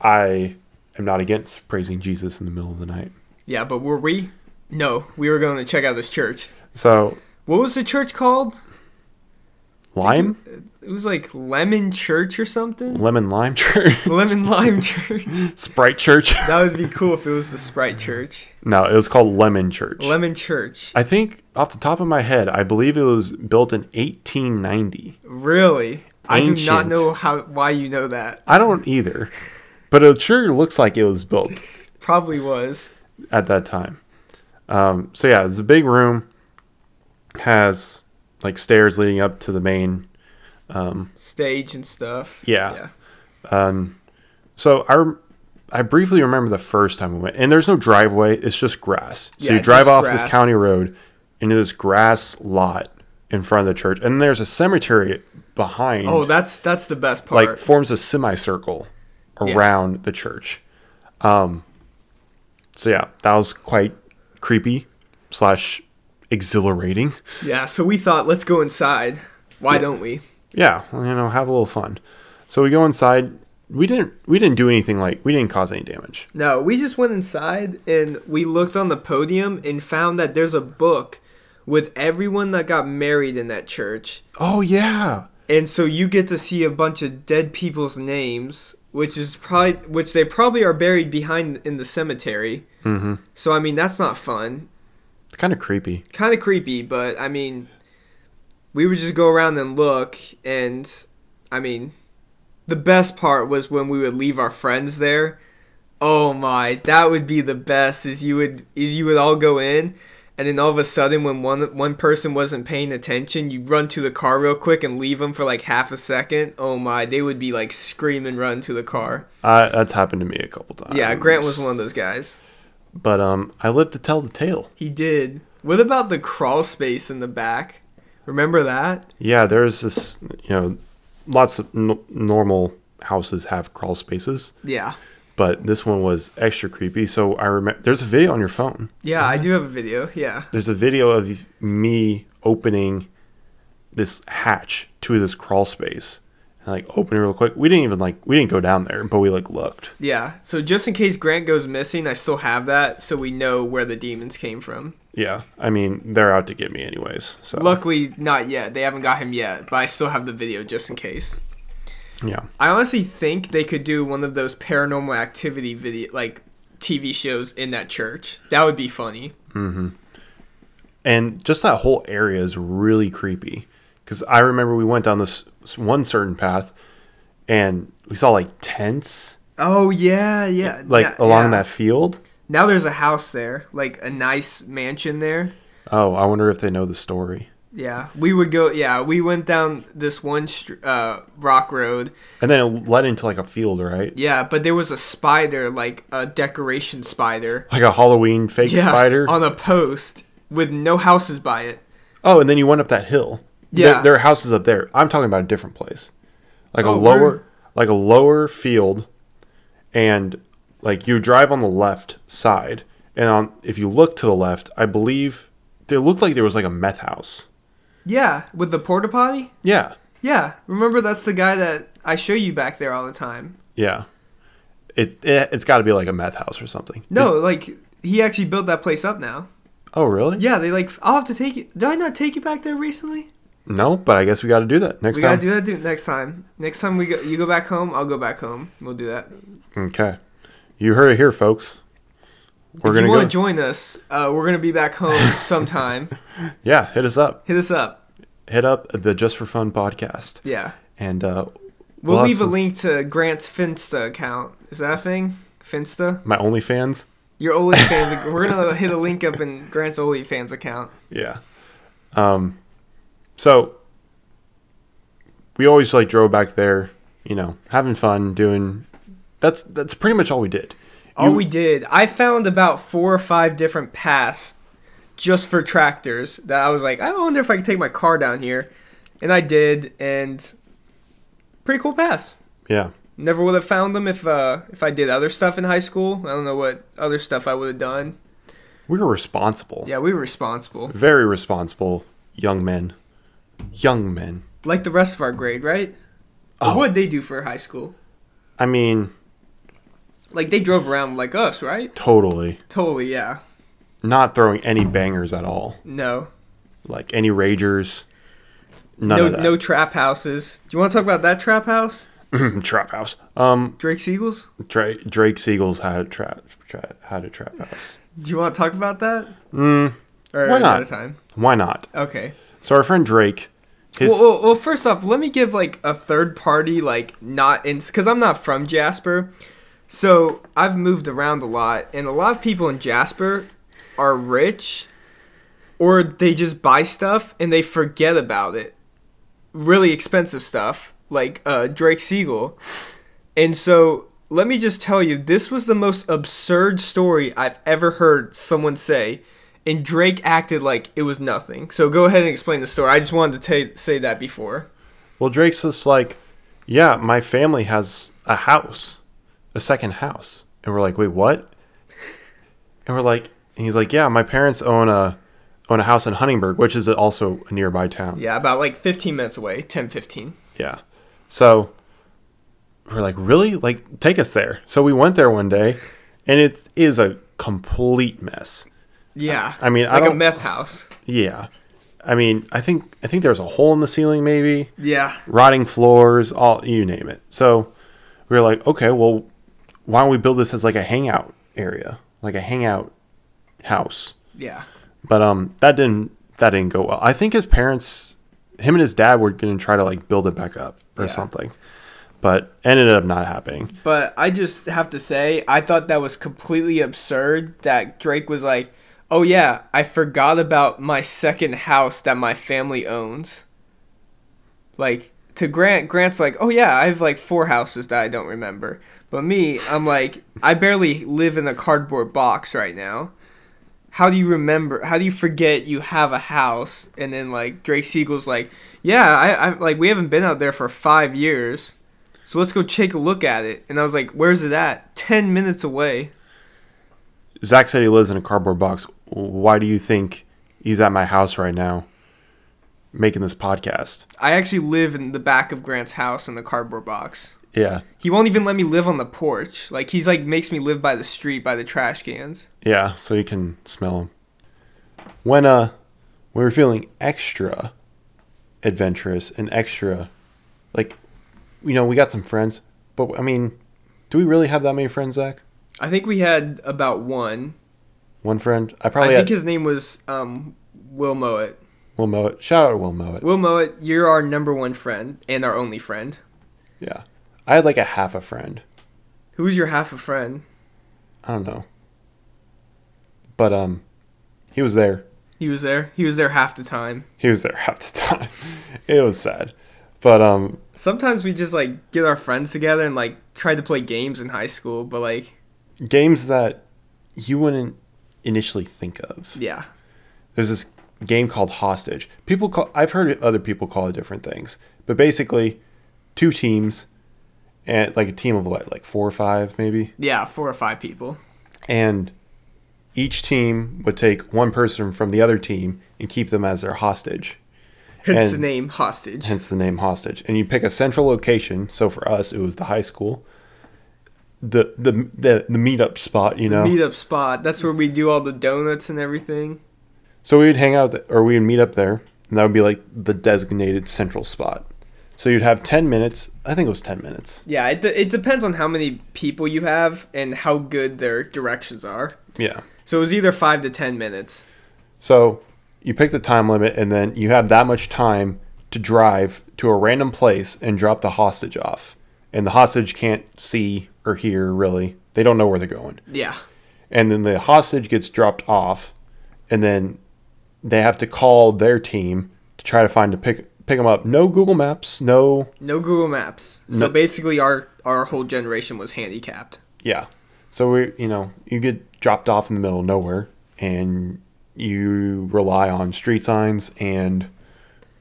A: I am not against praising Jesus in the middle of the night.
B: yeah, but were we? No, we were going to check out this church.
A: So
B: What was the church called?
A: lime,
B: It was like Lemon Church or something.
A: lemon lime church,
B: Lemon Lime Church.
A: Sprite church.
B: That would be cool if it was the Sprite Church.
A: no, it was called Lemon Church.
B: Lemon Church.
A: I think off the top of my head, I believe it was built in 1890.
B: Really? I do not
A: Ancient.
B: know how why you know that.
A: I don't either, but it sure looks like it was built
B: Probably was.
A: at that time. Um, so yeah, it's a big room, has like stairs leading up to the main.
B: Stage and stuff.
A: Yeah. So I, rem- I briefly remember the first time we went, and there's no driveway; it's just grass. So
B: Yeah,
A: you drive
B: just
A: off
B: grass.
A: this county road into this grass lot in front of the church, and there's a cemetery behind.
B: Oh, that's that's the best part.
A: like forms a semicircle around the church. Um, so yeah, that was quite creepy slash exhilarating.
B: yeah, so we thought let's go inside. Why don't we?
A: Yeah, well, you know, have a little fun. So we go inside. We didn't we didn't do anything like we didn't cause any damage.
B: No, we just went inside and we looked on the podium and found that there's a book with everyone that got married in that church.
A: Oh yeah.
B: And so you get to see a bunch of dead people's names, which is probably which they probably are buried behind in the cemetery. Mm-hmm. So I mean that's not fun.
A: It's kind of creepy.
B: Kind of creepy, but I mean we would just go around and look and I mean the best part was when we would leave our friends there. Oh my, that would be the best is you would is you would all go in and then all of a sudden when one one person wasn't paying attention, you run to the car real quick and leave them for like half a second. Oh my, they would be like scream and run to the car.
A: Uh, that's happened to me a couple times.
B: Yeah, Grant was one of those guys.
A: But um, I lived to tell the tale.
B: He did. What about the crawl space in the back? Remember that?
A: Yeah, there's this. You know, lots of n- normal houses have crawl spaces.
B: Yeah.
A: but this one was extra creepy. So I remember there's a video on your phone.
B: Yeah, I do have a video. Yeah.
A: There's a video of me opening this hatch to this crawl space and like open it real quick. We didn't even like we didn't go down there, but we like looked.
B: Yeah. So just in case Grant goes missing, I still have that so we know where the demons came from.
A: Yeah, I mean they're out to get me anyways. So
B: Luckily, not yet. They haven't got him yet, but I still have the video just in case.
A: yeah,
B: I honestly think they could do one of those paranormal activity video like TV shows in that church. That would be funny.
A: and just that whole area is really creepy because I remember we went down this this one certain path and we saw like tents
B: Oh yeah, yeah.
A: like
B: yeah,
A: along
B: yeah.
A: that field.
B: Now there's a house there, like a nice mansion there.
A: Oh, I wonder if they know the story.
B: Yeah, we would go. Yeah, we went down this one str- uh, rock road.
A: And then it led into like a field, right?
B: Yeah, but there was a spider, like a decoration spider,
A: Like a Halloween fake
B: yeah,
A: spider.
B: on a post with no houses by it.
A: oh, and then you went up that hill. There-
B: Yeah.
A: There, are houses up there. I'm talking about a different place. Like a
B: Oh,
A: lower
B: where?
A: like a lower field and like you drive on the left side and on if you look to the left, I believe there looked like there was like a meth house.
B: Yeah, with the porta potty.
A: Yeah.
B: Yeah, remember that's the guy that I show you back there all the time.
A: Yeah. It, it it's got to be like a meth house or something.
B: No, like he actually built that place up now.
A: Oh really?
B: Yeah, they like. I'll have to take you. Did I not take you back there recently?
A: No, but I guess we got to do that next
B: We
A: time.
B: gotta do that dude, next time. Next time we go, you go back home. I'll go back home. We'll do that.
A: okay, you heard it here, folks. We're
B: if
A: gonna
B: you want
A: go.
B: to join us, uh, we're gonna be back home sometime.
A: yeah, hit us up.
B: Hit us up.
A: Hit up the Just for Fun podcast,
B: Yeah,
A: and uh,
B: we'll,
A: have
B: leave
A: some-
B: a link to Grant's Finsta account. Is that a thing? Finsta.
A: My OnlyFans.
B: Your OnlyFans. we're gonna hit a link up in Grant's OnlyFans account.
A: Yeah. Um, so we always like drove back there, you know, having fun, doing. That's that's pretty much all we did.
B: All
A: You-
B: we did, I found about four or five different paths just for tractors that I was like, I wonder if I can take my car down here. And I did, and pretty cool pass.
A: Yeah.
B: Never would have found them if uh, if I did other stuff in high school. I don't know what other stuff I would have done.
A: We were responsible.
B: Yeah, we were responsible,
A: Very responsible young men. Young men.
B: like the rest of our grade, right?
A: Oh.
B: What would they do for high school?
A: I mean,
B: Like they drove around like us, right?
A: totally.
B: Totally, yeah.
A: Not throwing any bangers at all.
B: No,
A: Like any ragers. None of
B: no,
A: that.
B: no trap houses. Do you want to talk about that trap house,
A: trap house. Um,
B: Drake Siegel's?
A: Dra- Drake Siegel's had a trap, tra- had a trap house.
B: Do you want to talk about that?
A: Mm,
B: Or
A: Why
B: is
A: not?
B: that a time?
A: why not?
B: Okay.
A: So our friend Drake, his
B: Well, well, well, first off, let me give like a third party, like not in, because I'm not from Jasper, so I've moved around a lot, and a lot of people in Jasper are rich, or they just buy stuff and they forget about it. Really expensive stuff, like uh, Drake Siegel, and so. Let me just tell you, this was the most absurd story I've ever heard someone say and Drake acted like it was nothing. So go ahead and explain the story. I just wanted to ta say that before.
A: well, Drake's just like, yeah, my family has a house, a second house, and we're like, wait, what? And we're like, and he's like, yeah, my parents own a own a house in Huntingburg, which is also a nearby town.
B: Yeah, about like 15 minutes away, 10 15.
A: Yeah. So we're like, really? Like, take us there. So we went there one day, and it is a complete mess.
B: Yeah.
A: I mean, I
B: like a
A: don't-
B: meth house.
A: Yeah. I mean, I think I think there's a hole in the ceiling, maybe.
B: Yeah.
A: rotting floors, all you name it. So we were like, okay, well, why don't we build this as like a hangout area, like a hangout house?
B: Yeah.
A: But um, that didn't that didn't go well. I think his parents, him and his dad, were going to try to like build it back up or
B: Yeah.
A: something, but ended up not happening.
B: But I just have to say, I thought that was completely absurd that Drake was like, oh yeah, I forgot about my second house that my family owns. Like, to Grant, Grant's like, oh yeah, I have like four houses that I don't remember. But me, I'm like, I barely live in a cardboard box right now. How do you remember? How do you forget you have a house? And then like Drake Siegel's like, yeah, I, I like we haven't been out there for five years. So let's go take a look at it. And I was like, where's it at? 10 minutes away.
A: Zach said he lives in a cardboard box. Why do you think he's at my house right now, making this podcast?
B: I actually live in the back of Grant's house in the cardboard box.
A: Yeah,
B: He won't even let me live on the porch. Like, he's like, makes me live by the street, by the trash cans.
A: Yeah, so you can smell them. When uh, we were feeling extra adventurous and extra, like, you know, we got some friends, but I mean, do we really have that many friends, Zach?
B: I think we had about one.
A: One friend. I
B: I
A: probably had
B: think his name was um, Will Mowat.
A: Will Mowat. Shout out to Will Mowat.
B: Will Mowat, you're our number one friend and our only friend.
A: Yeah, I had like a half a friend.
B: Who's your half a friend?
A: I don't know, but um, he was there.
B: He was there. He was there half the time.
A: He was there half the time. it was sad, but um,
B: Sometimes we just like get our friends together and like try to play games in high school, but like,
A: games that you wouldn't initially think of.
B: yeah.
A: there's this game called hostage people call i've heard other people call it different things but basically two teams and like a team of what like four or five maybe
B: Yeah, four or five people.
A: and each team would take one person from the other team and keep them as their hostage
B: Hence
A: And-
B: the name hostage.
A: hence the name hostage and you pick a central location so for us it was the high school the the the, the meetup spot, you know.
B: meetup spot. That's where we do all the donuts and everything.
A: So we would hang out, th- or we would meet up there, and that would be like the designated central spot. So you'd have ten minutes. I think it was ten minutes.
B: Yeah, it, de- it depends on how many people you have and how good their directions are.
A: Yeah.
B: So it was either five to ten minutes.
A: So you pick the time limit, and then you have that much time to drive to a random place and drop the hostage off. And the hostage can't see or hear really. They don't know where they're going.
B: Yeah.
A: and then the hostage gets dropped off, and then they have to call their team to try to find to pick pick them up. No Google Maps, no
B: No Google Maps. So
A: No-
B: basically, our our whole generation was handicapped.
A: yeah. So we you know you get dropped off in the middle of nowhere, and you rely on street signs and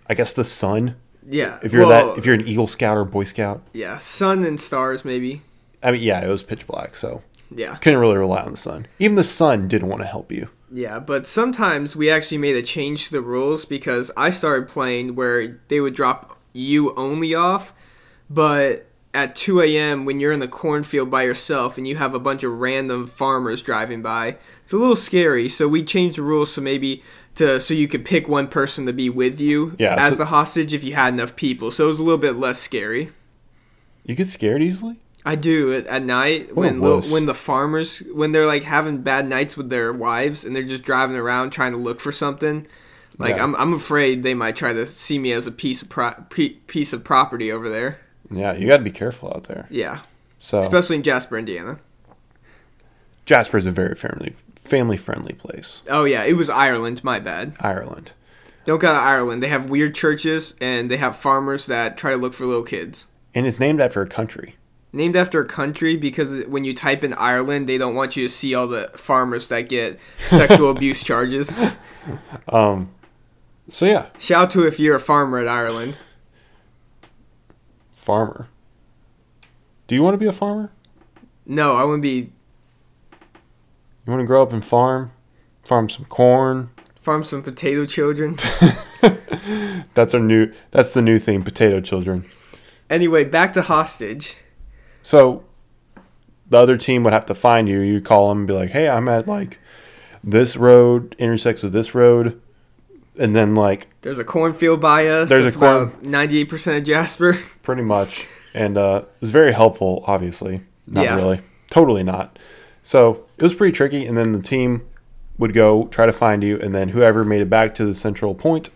A: I guess the sun.
B: Yeah.
A: If you're
B: well,
A: that if you're an Eagle Scout or Boy Scout,
B: yeah, sun and stars maybe.
A: I mean yeah, it was pitch black, so
B: Yeah.
A: couldn't really rely on the sun. Even the sun didn't want to help you.
B: Yeah, but sometimes we actually made a change to the rules because I started playing where they would drop you only off, but at 2 a.m. when you're in the cornfield by yourself and you have a bunch of random farmers driving by, it's a little scary. So we changed the rules so maybe to so you could pick one person to be with you
A: Yeah,
B: as
A: so-
B: the hostage if you had enough people. So it was a little bit less scary.
A: You get scared easily.
B: I do at, at night
A: What a
B: when lo-
A: wuss.
B: when the farmers when they're like having bad nights with their wives and they're just driving around trying to look for something. Like
A: Yeah.
B: I'm I'm afraid they might try to see me as a piece of pro- pe- piece of property over there.
A: Yeah, you got to be careful out there.
B: Yeah,
A: So
B: especially in Jasper, Indiana.
A: Jasper is a very family family friendly place.
B: Oh yeah, it was Ireland. My bad.
A: Ireland.
B: Don't go to Ireland. They have weird churches and they have farmers that try to look for little kids.
A: And it's named after a country.
B: Named after a country because when you type in Ireland, they don't want you to see all the farmers that get sexual abuse charges.
A: Um, So yeah,
B: Shout to if you're a farmer in Ireland.
A: farmer. Do you want to be a farmer?
B: No, I wouldn't be
A: You want to grow up and farm? Farm some corn.
B: farm some potato children.
A: That's our new that's the new thing, potato children.
B: anyway, back to hostage.
A: So the other team would have to find you. You call them and be like, "Hey, I'm at like this road intersects with this road." And then like
B: There's a cornfield by us.
A: There's a
B: That's
A: corn-
B: about 98% of Jasper.
A: pretty much and uh, it was very helpful obviously not
B: Yeah.
A: really totally not so it was pretty tricky and then the team would go try to find you and then whoever made it back to the central point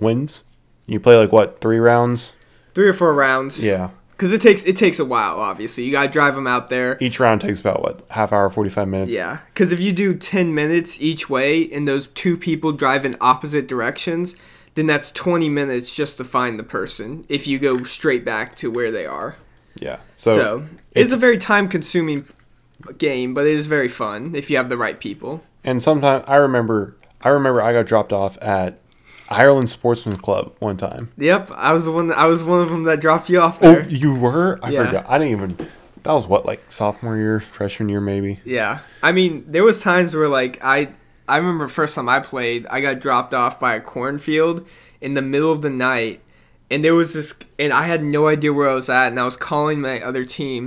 A: wins you play like what three rounds
B: Three or four rounds.
A: yeah
B: Cuz it takes it takes a while obviously. You got to drive them out there.
A: each round takes about what half hour 45 minutes
B: Yeah, cuz if you do 10 minutes each way and those two people drive in opposite directions, then that's 20 minutes just to find the person if you go straight back to where they are.
A: yeah
B: So,
A: so,
B: it's, a very time consuming game, but it is very fun if you have the right people.
A: and sometimes i remember i remember i got dropped off at ireland sportsman's club one time
B: Yep, I was the one. I was one of them that dropped you off
A: oh
B: there.
A: you were i
B: Yeah.
A: forgot i didn't even that was what like sophomore year freshman year maybe
B: Yeah, I mean, there was times where like I, I remember first time I played, I got dropped off by a cornfield in the middle of the night, and there was this, and I had no idea where I was at, and I was calling my other team,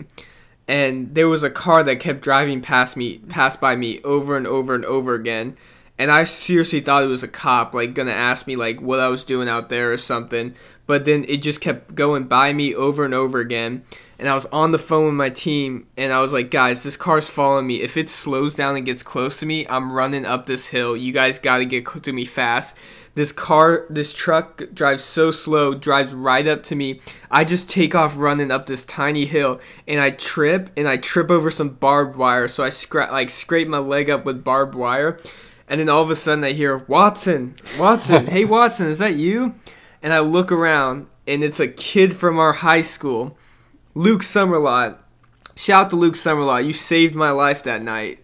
B: and there was a car that kept driving past me, past by me over and over and over again. And I seriously thought it was a cop, like gonna ask me like what I was doing out there or something. But then it just kept going by me over and over again. And I was on the phone with my team, and I was like, guys, this car's following me. If it slows down and gets close to me, I'm running up this hill. You guys gotta get cl- to me fast. This car, this truck drives so slow, drives right up to me. I just take off running up this tiny hill, and I trip, and I trip over some barbed wire. So I scra- like scrape my leg up with barbed wire, and then all of a sudden I hear Watson, Watson, hey Watson, is that you? And I look around, and it's a kid from our high school, Luke Summerlot. Shout to Luke Summerlot, you saved my life that night.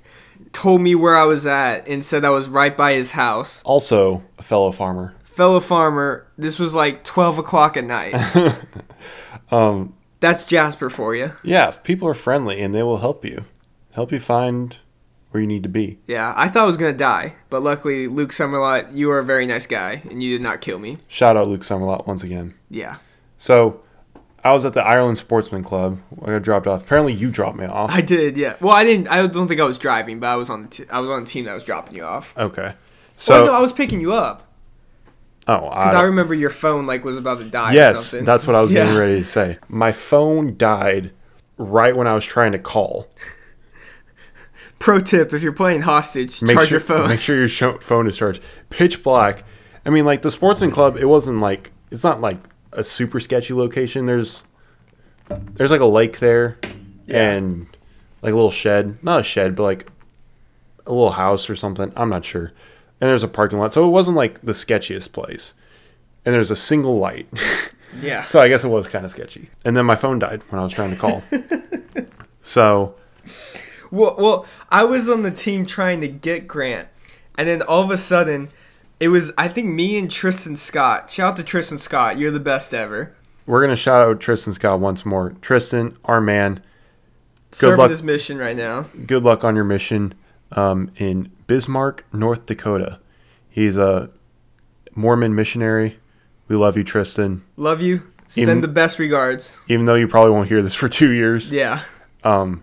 B: Told me where I was at and said I was right by his house
A: also a fellow farmer.
B: fellow farmer, this was like 12 o'clock at night. um,
A: Um,
B: That's Jasper for you.
A: Yeah, if people are friendly and they will help you, help you find where you need to be.
B: Yeah, I thought I was going to die, but luckily, Luke Summerlot, you are a very nice guy, and you did not kill me.
A: Shout out Luke Summerlot once again.
B: Yeah.
A: So I was at the Ireland Sportsman Club. I got dropped off. Apparently, you dropped me off.
B: I did, yeah. Well, I didn't. I don't think I was driving, but I was on. The t- I was on the team that was dropping you off.
A: okay.
B: So
A: So,
B: no, I was picking you up
A: oh,
B: because
A: I,
B: I, remember your phone like was about to die. or
A: yes,
B: something.
A: that's what I was
B: yeah.
A: getting ready to say. My phone died right when I was trying to call.
B: Pro tip: If you're playing hostage, charge
A: sure,
B: your phone.
A: Make sure your sho phone is charged. Pitch black. I mean, like the Sportsman Club, it wasn't like it's not like a super sketchy location. There's there's like a lake there, and like a little shed, not a shed, but like a little house or something. I'm not sure. And there's a parking lot, so it wasn't like the sketchiest place. And there's a single light.
B: yeah.
A: So I guess it was kind of sketchy. And then my phone died when I was trying to call. so
B: Well, well, I was on the team trying to get Grant, and then all of a sudden, it was I think me and Tristan Scott. Shout out to Tristan Scott, you're the best ever.
A: we're gonna shout out Tristan Scott once more. Tristan, our man.
B: Serving
A: luck.
B: this mission right now.
A: Good luck on your mission um, in Bismarck, North Dakota. He's a Mormon missionary. We love you, Tristan.
B: Love you. Send
A: Even-
B: the best regards.
A: Even though you probably won't hear this for two years. Um,
B: Yeah.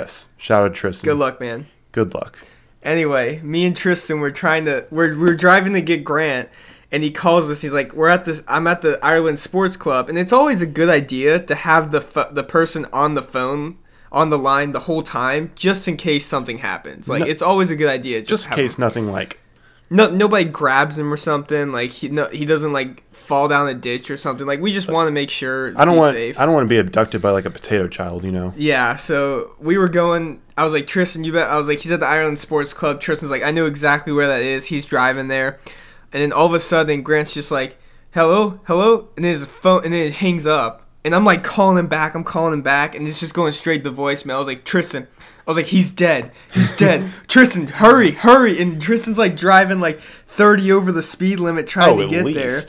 A: Yes. Shout out Tristan.
B: Good luck, man.
A: Good luck.
B: Anyway, me and Tristan were trying to we're we're driving to get Grant and he calls us. He's like, "We're at this. I'm at the Ireland Sports Club, and it's always a good idea to have the pho- the person on the phone on the line the whole time, just in case something happens. Like,
A: No-
B: it's always a good idea, just,
A: Just in
B: have
A: case nothing like
B: no nobody grabs him or something. Like he no, he doesn't like fall down a ditch or something. Like we just want to make sure
A: I don't
B: be
A: want
B: safe.
A: I don't want to be abducted by like a potato child, you know.
B: Yeah, so we were going. I was like, Tristan, you bet. I was like, he's at the Ireland Sports Club. Tristan's like, I know exactly where that is. He's driving there. And then all of a sudden, Grant's just like, hello, hello. And then his phone, and then it hangs up. And I'm like calling him back. I'm calling him back. And it's just going straight to voicemail. I was like, Tristan. I was like, he's dead. He's dead. Tristan, hurry, hurry. And Tristan's like driving like 30 over the speed limit trying to get
A: there. Oh,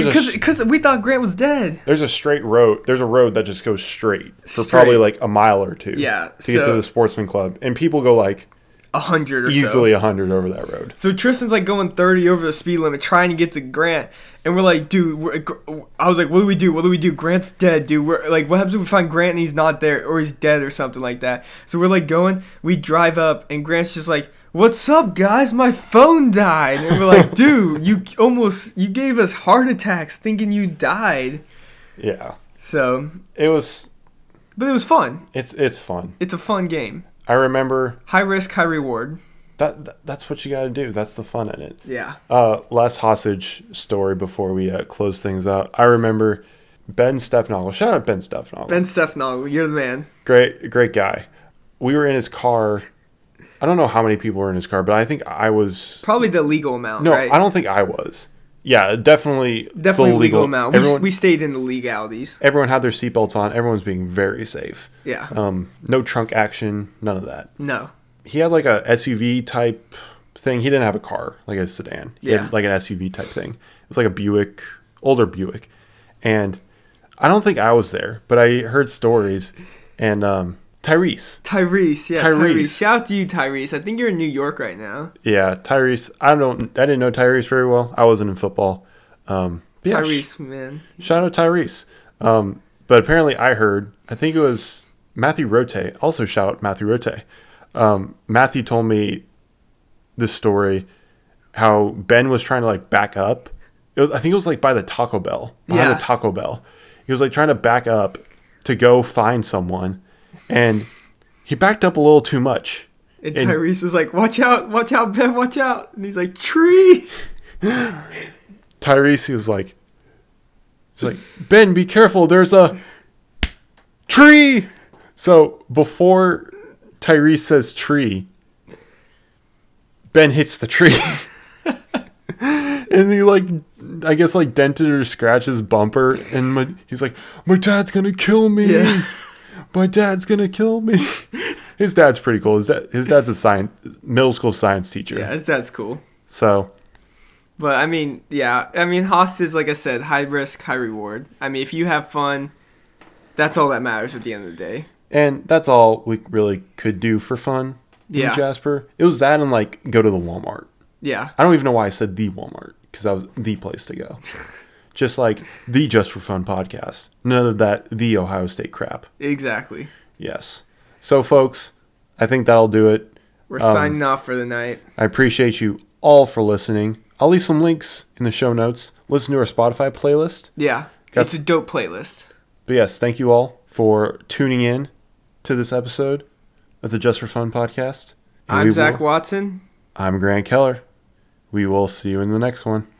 A: There's a
B: there.
A: sh-
B: Because we thought Grant was dead.
A: there's a straight road. There's a road that just goes straight for
B: Straight.
A: probably like a mile or two.
B: Yeah,
A: To get to
B: so-
A: the sportsman club, and people go like
B: A 100 or so.
A: easily a hundred over that road.
B: So Tristan's like going 30 over the speed limit, trying to get to Grant, and we're like, dude, we're, uh, I was like, what do we do? What do we do? Grant's dead, dude. We're like, what happens if we find Grant and he's not there, or he's dead, or something like that? So we're like going, we drive up, and Grant's just like, what's up, guys? My phone died, and we're like, dude, you almost, you gave us heart attacks thinking you died.
A: Yeah,
B: So,
A: it was.
B: but it was fun.
A: It's it's fun.
B: It's a fun game.
A: I remember
B: High risk, high reward.
A: that. that that's what you got to do. That's the fun in it.
B: Yeah.
A: Uh, last hostage story before we uh, close things out. I remember Ben Stefnoggle. Shout out Ben Stefnoggle.
B: Ben Stefano, you're the man.
A: great great guy. We were in his car. I don't know how many people were in his car, but I think I was
B: Probably the legal amount.
A: No,
B: right?
A: I don't think I was. Yeah, definitely.
B: Definitely
A: the
B: legal, amount.
A: Everyone,
B: we, we stayed in the legalities.
A: everyone had their seatbelts on. Everyone's being very safe.
B: Yeah.
A: Um, no trunk action, none of that.
B: no.
A: He had like a SUV type thing. He didn't have a car, like a sedan. He
B: Yeah.
A: Had like an SUV type thing. It was like a Buick, older Buick, and I don't think I was there, but I heard stories, and um, Tyrese.
B: Tyrese, yeah,
A: Tyrese.
B: Tyrese. Shout out to you, Tyrese. I think you're in New York right now.
A: Yeah, Tyrese. I don't. I didn't know Tyrese very well. I wasn't in football. Um, but yeah,
B: Tyrese, man.
A: Shout out Tyrese. Um, but apparently, I heard, I think it was Matthew Rote, also shout out Matthew Rote. Um, Matthew told me this story how Ben was trying to like back up. It was, I think it was like by the Taco Bell, behind
B: Yeah.
A: the Taco Bell. He was like trying to back up to go find someone, and he backed up a little too much.
B: And
A: And-
B: Tyrese was like, "Watch out, watch out, Ben, watch out!" And he's like, "Tree."
A: Tyrese, he was like, he's like, Ben, be careful. There's a tree. So before Tyrese says tree, Ben hits the tree. and he like, I guess like dented or scratched his bumper. And my, he's like, my dad's going to kill me.
B: Yeah.
A: My dad's going to kill me. His dad's pretty cool. His, dad, his dad's a science, middle school science teacher.
B: Yeah, that's, that's cool.
A: So
B: But I mean, yeah, I mean, hostage, like I said, high risk, high reward. I mean, if you have fun, that's all that matters at the end of the day.
A: And that's all we really could do for fun
B: Yeah.
A: in Jasper. It was that and like go to the Walmart.
B: Yeah,
A: I don't even know why I said the Walmart because that was the place to go. Just like the Just for Fun podcast. None of that the Ohio State crap.
B: Exactly.
A: Yes. So, folks, I think that'll do it.
B: We're
A: Um,
B: signing off for the night.
A: I appreciate you all for listening. I'll leave some links in the show notes. Listen to our Spotify playlist.
B: Yeah.
A: Got-
B: It's a dope playlist.
A: But yes, thank you all for tuning in to this episode of the Just for Fun podcast. And we
B: I'm Zach
A: will-
B: Watson.
A: I'm Grant Keller. We will see you in the next one.